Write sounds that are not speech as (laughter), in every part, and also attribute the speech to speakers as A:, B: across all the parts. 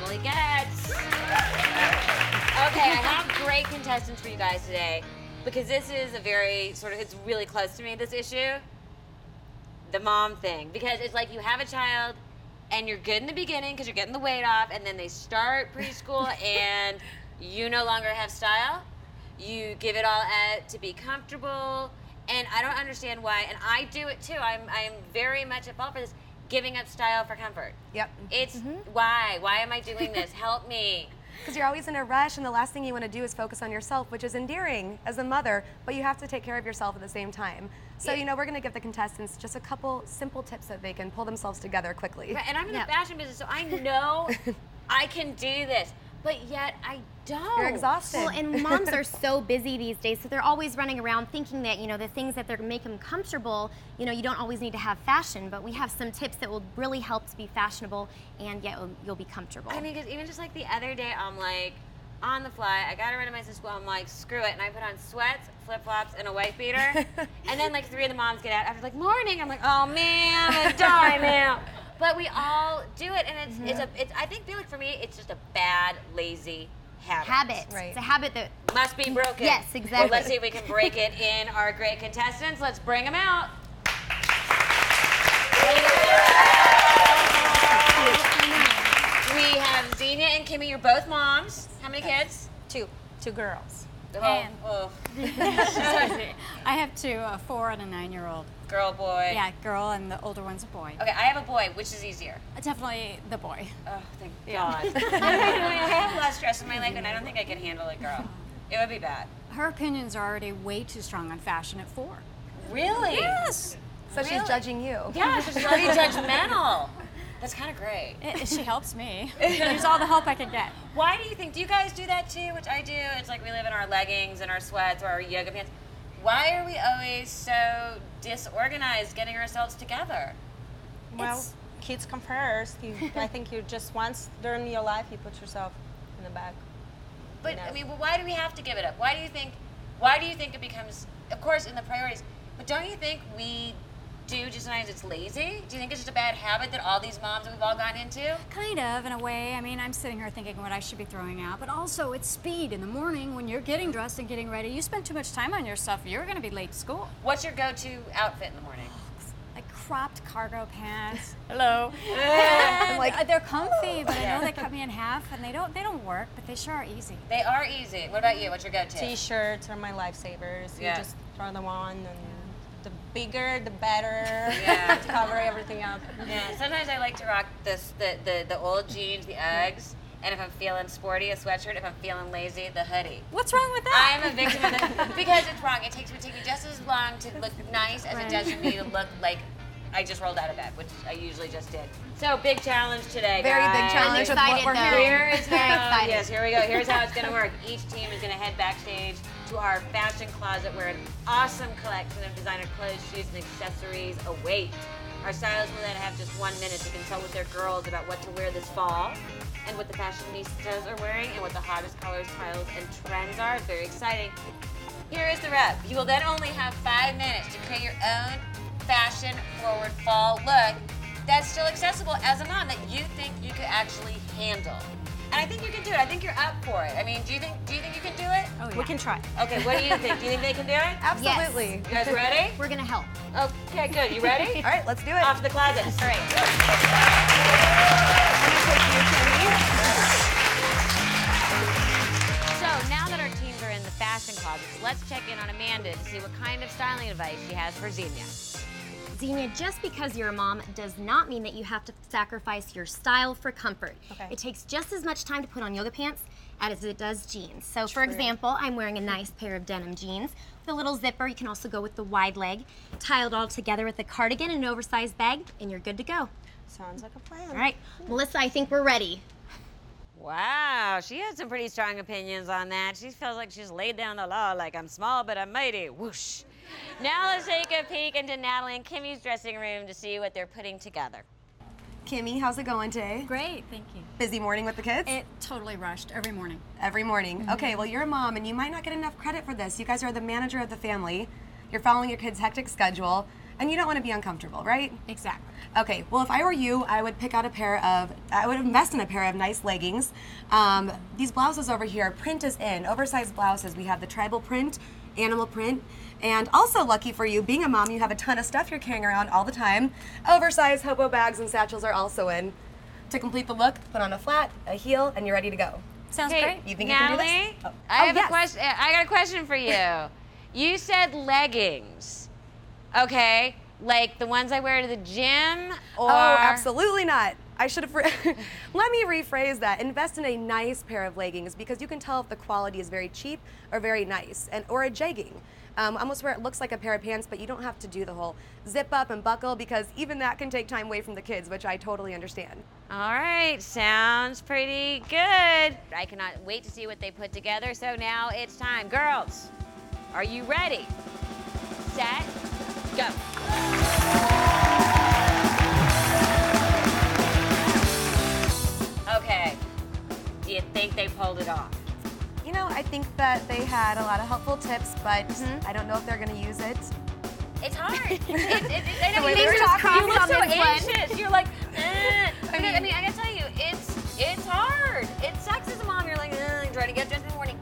A: really gets. Okay, I have great contestants for you guys today because this is a very sort of, it's really close to me, this issue. The mom thing. Because it's like you have a child and you're good in the beginning because you're getting the weight off, and then they start
B: (laughs)
A: preschool and you no longer have style. You give it all at, to be comfortable. And I don't understand why, and I do it too. I'm, I'm very much at fault for this giving up style for comfort.
B: Yep.
A: It's
B: Mm-hmm.
A: why? Why am I doing
B: (laughs)
A: this? Help me.
B: Because you're always in a rush, and the last thing you want to do is focus on yourself, which is endearing as a mother, but you have to take care of yourself at the same time. So, you know, we're going to give the contestants just a couple simple tips that they can pull themselves together quickly.
A: Right, and I'm in the fashion business, so I
B: (laughs)
A: know I can do this, but yet I don't.
B: You're exhausted.
C: Well, and moms are so busy these days, so they're always running around thinking that you know the things that they're make them comfortable. You know, you don't always need to have fashion, but we have some tips that will really help to be fashionable and yet you'll- you'll be comfortable.
A: I mean, because even just like the other day, I'm like, on the fly, I gotta run to my son's school. I'm like, screw it, and I put on sweats, flip flops, and a white beater. and then like three of the moms get out after like morning. I'm like, oh man, I'm gonna die now. But we all do it, and it's it's a it's I think feel like for me, it's just a bad lazy habit.
C: habit.
B: Right.
C: It's a habit that
A: Must be broken.
C: Yes,
A: Well, let's
C: exactly.
A: see if we can break it in our great contestants. Let's bring them out. We have Xenia and Kimmy. You're both moms. How many kids?
B: two, two girls.
A: Oh,
D: And-
A: oh,
D: I have two, a four and a nine-year-old.
A: girl, boy.
D: Yeah, girl, and the older one's a boy.
A: Okay, I have a boy. Which is easier?
D: Definitely the boy.
A: Oh, thank God. I have less stress in my life, and I don't think I can handle it, girl. It would be bad.
D: Her opinions are already way too strong on fashion at four.
A: Really?
D: Yes.
B: So she's judging you.
A: Yeah, she's already judgmental. That's kind of great.
D: she helps me. There's all the help I can get.
A: Why do you think? Do you guys do that too? Which I do. It's like we live in our leggings and our sweats or our yoga pants. Why are we always so disorganized getting ourselves together?
E: Well,
D: It's-
E: kids come first. You, (laughs) I think you just once during your life you put yourself in the back.
A: But
E: No.
A: I mean, well, why do we have to give it up? Why do you think? Why do you think it becomes? Of course, in the priorities. But don't you think we do just sometimes it's lazy? Do you think it's just a bad habit that all these moms that we've all gotten into?
D: Kind of, in a way. I mean, I'm sitting here thinking what I should be throwing out, but also it's speed in the morning when you're getting dressed and getting ready. You spend too much time on yourself. You're going to be late to school.
A: What's your go-to outfit in the morning?
D: Like cropped cargo pants. Hello.
B: I'm
D: And
B: like-
D: uh, they're comfy, but I know they cut me in half, and they don't they don't work, but they sure are easy.
A: They are easy. What about you? What's your go-to?
E: T-shirts are my lifesavers.
A: Yeah.
E: You just throw them on, and the bigger the better
A: Yeah.
E: (laughs) to cover everything (laughs) up.
A: Yeah, sometimes I like to rock this the, the, the old jeans, the Uggs, and if I'm feeling sporty, a sweatshirt. If I'm feeling lazy, the hoodie.
D: What's wrong with that?
A: I'm a victim of
B: (laughs)
A: this because it's wrong. It takes me take me just as long to look nice as it does for me to look like I just rolled out of bed, which I usually just did. So big challenge today.
B: Very big
A: guys.
B: challenge with what
C: excited,
B: we're
C: though.
B: hearing.
A: Here is
C: Very
A: how- (laughs)
C: excited.
A: Yes, here we go. Here's how it's gonna work. Each team is gonna head backstage to our fashion closet where an awesome collection of designer clothes, shoes, and accessories await. Our stylists will then have just one minute to consult with their girls about what to wear this fall and what the fashionistas are wearing and what the hottest colors, styles, and trends are. It's very exciting. Here is the rep. You will then only have five minutes to create your own fashion forward fall look that's still accessible as a mom that you think you could actually handle. And I think you can do it. I think you're up for it. I mean, do you think do you think you can do it?
D: Oh, yeah.
E: We can try.
A: Okay, what do you think? Do you think they can do (laughs) it? You
B: Absolutely.
A: guys ready?
C: we're gonna help.
A: Okay, good. You ready?
B: All right, let's do it.
A: Off to the closet. All right. So now that our teams are in the fashion closets, let's check in on Amanda to see what kind of styling advice she has for Xenia.
C: Xenia, just because you're a mom does not mean that you have to sacrifice your style for comfort.
E: Okay.
C: It takes just as much time to put on yoga pants as it does jeans. So, for example, I'm wearing a nice pair of denim jeans with a little zipper. You can also go with the wide leg, tie it all together with a cardigan and an oversized bag, and you're good to go.
E: Sounds like a plan.
C: All right, Melissa, I think we're ready.
A: Wow, she has some pretty strong opinions on that. She feels like she's laid down the law, like I'm small but I'm mighty. Whoosh. Now let's take a peek into Natalie and Kimmy's dressing room to see what they're putting together.
B: Kimmy, how's it going today?
D: (laughs) Great, thank you.
B: Busy morning with the kids?
D: It totally rushed every morning.
B: Every morning.
A: Mm-hmm.
B: Okay, well, you're a mom, and you might not get enough credit for this. You guys are the manager of the family. You're following your kids' hectic schedule. And you don't want to be uncomfortable, right?
C: Exactly.
B: Okay, well, if I were you, I would pick out a pair of, I would invest in a pair of nice leggings. Um, these blouses over here, print is in, oversized blouses. We have the tribal print, animal print, and also lucky for you, being a mom, you have a ton of stuff you're carrying around all the time. Oversized hobo bags and satchels are also in. To complete the look, put on a flat, a heel, and you're ready to go.
C: Sounds
A: Hey,
C: great.
B: You think you can do
A: Natalie,
B: this? Oh.
A: I
B: Oh,
A: have
B: yes.
A: a question. I got a question for
B: (laughs)
A: you. you said leggings, okay? Like the ones I wear to the gym, or
B: Oh, absolutely not. I should have. Re- (laughs) Let me rephrase that. Invest in a nice pair of leggings because you can tell if the quality is very cheap or very nice, and or a jegging, um, almost where it looks like a pair of pants, but you don't have to do the whole zip up and buckle because even that can take time away from the kids, which I totally understand.
A: All right, sounds pretty good. I cannot wait to see what they put together. So now it's time, girls. Are you ready? Set, go. Okay. Do you think they pulled it off?
B: You know, I think that they had a lot of helpful tips, but I don't know if they're going to use it.
A: It's hard.
C: (laughs)
A: it, it, it, I know
B: The way
A: you
B: they were
A: look-
B: talking
A: you look
B: on
A: so
B: this one.
A: anxious. You're like,
B: (laughs)
A: eh. I, mean, I mean, I gotta tell you, it's it's hard. It sucks as a mom. You're like, eh, trying to get dressed in the morning.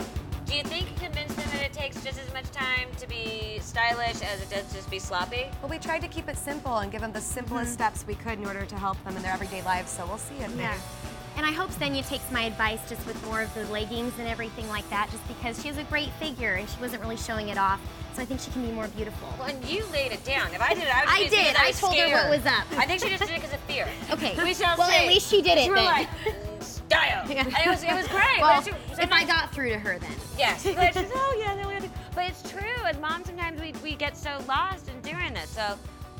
A: Do you think you convinced them that it takes just as much time to be stylish as it does just be sloppy?
B: But we tried to keep it simple and give them the simplest steps we could in order to help them in their everyday lives. So we'll see if they-
C: Yeah. And I hope Xenia takes my advice just with more of the leggings and everything like that, just because she has a great figure and she wasn't really showing it off. So I think she can be more beautiful.
A: Well, and you laid it down. If I did it, I would
C: I
A: just because
C: did.
A: I,
C: I
A: was
C: told her what
A: scared.
C: was up.
A: I think she just did it because of
C: (laughs)
A: fear.
C: Okay.
A: We shall
C: well,
A: see.
C: at least she did it
A: You were
C: then.
A: like, mm, style.
C: (laughs) Yeah.
A: And it was it was great.
C: well,
A: but she-
C: if I
A: sometimes-
C: got through to her then.
A: Yes. But she's, oh yeah, no, we have to. But it's true. As moms, sometimes we, we get so lost in doing this. So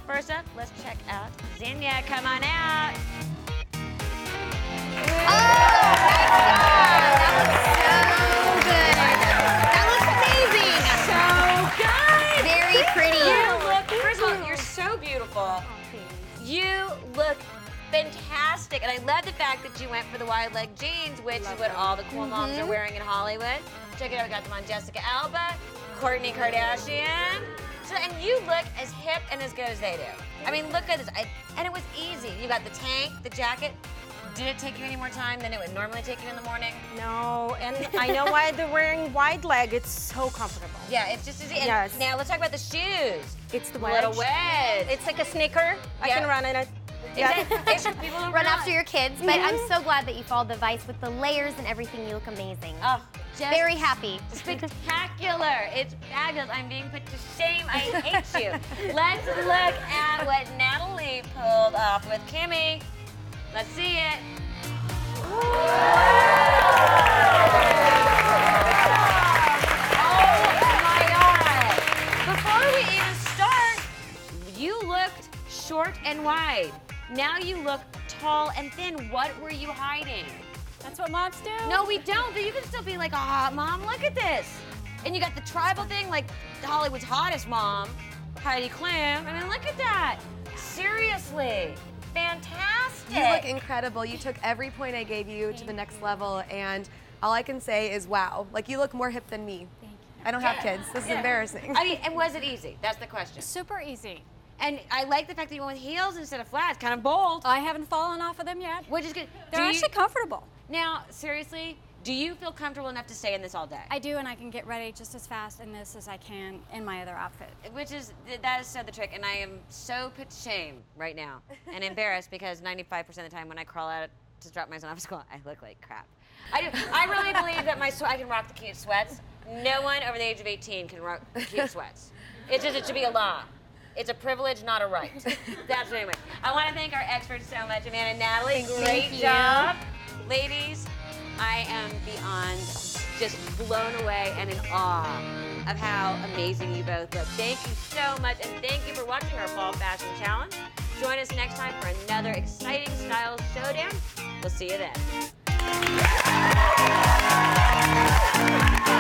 A: first up, let's check out Xenia. Come on out.
C: So good. That looks amazing. So good. Very pretty.
A: You look. First of all, you're so beautiful.
E: Oh,
A: You look fantastic, and I love the fact that you went for the wide leg jeans, which is what all the cool moms
E: Mm-hmm.
A: are wearing in Hollywood. Check it out. We got them on Jessica Alba, Courtney Kardashian. So, and you look as hip and as good as they do. I mean, look at this. I, and it was easy. You got the tank, the jacket. Did it take you any more time than it would normally take you in the morning?
E: No, and I know why they're wearing wide leg. It's so comfortable.
A: Yeah, it's just easy. And
E: Yes.
A: Now let's talk about the shoes.
E: It's the
A: Little
E: wedge.
A: wedge.
E: It's like a sneaker. I
A: Yeah.
E: can run in it.
A: Is that- is that- people don't
C: Run after your kids, but I'm so glad that you followed the advice with the layers and everything. You look amazing.
A: Oh, just
C: Very happy.
A: spectacular. It's fabulous. I'm being put to shame.
C: (laughs)
A: I hate you. Let's look at what Natalie pulled off with Kimmy. Let's see it. Oh my God. Before we even start, you looked short and wide. Now you look tall and thin. What were you hiding?
D: That's what moms do.
A: No, we don't. But you can still be like, ah, mom, look at this. And you got the tribal thing, like Hollywood's hottest mom, Heidi Klum. I mean, look at that. Seriously, fantastic.
B: You look incredible. You took every point I gave you to the next level, and all I can say is wow. Like you look more hip than me. Thank you. I don't have kids. This is embarrassing.
A: I mean, and was it easy? That's the question.
D: Super easy.
A: And I like the fact that you went with heels instead of flats, kind of bold,
D: I haven't fallen off of them yet.
A: which is good.
D: They're
A: Do you-
D: actually comfortable.
A: now, seriously, do you feel comfortable enough to stay in this all day?
D: I do, and I can get ready just as fast in this as I can in my other outfit.
A: which is that is so the trick, and I am so put to shame right now and
C: (laughs)
A: embarrassed because 95% of the time when I crawl out to drop my son off at school, I look like crap. I do. I really believe that my sw- I can rock the cute sweats. No one over the age of 18 can rock cute sweats. It's just it should be a law. It's a privilege, not a
C: (laughs)
A: right. That's what anyway. I want to thank our experts so much, Amanda and Natalie. Great
C: you.
A: job, ladies. I am beyond just blown away and in awe of how amazing you both look. Thank you so much, and thank you for watching our Fall Fashion Challenge. Join us next time for another exciting style showdown. We'll see you then.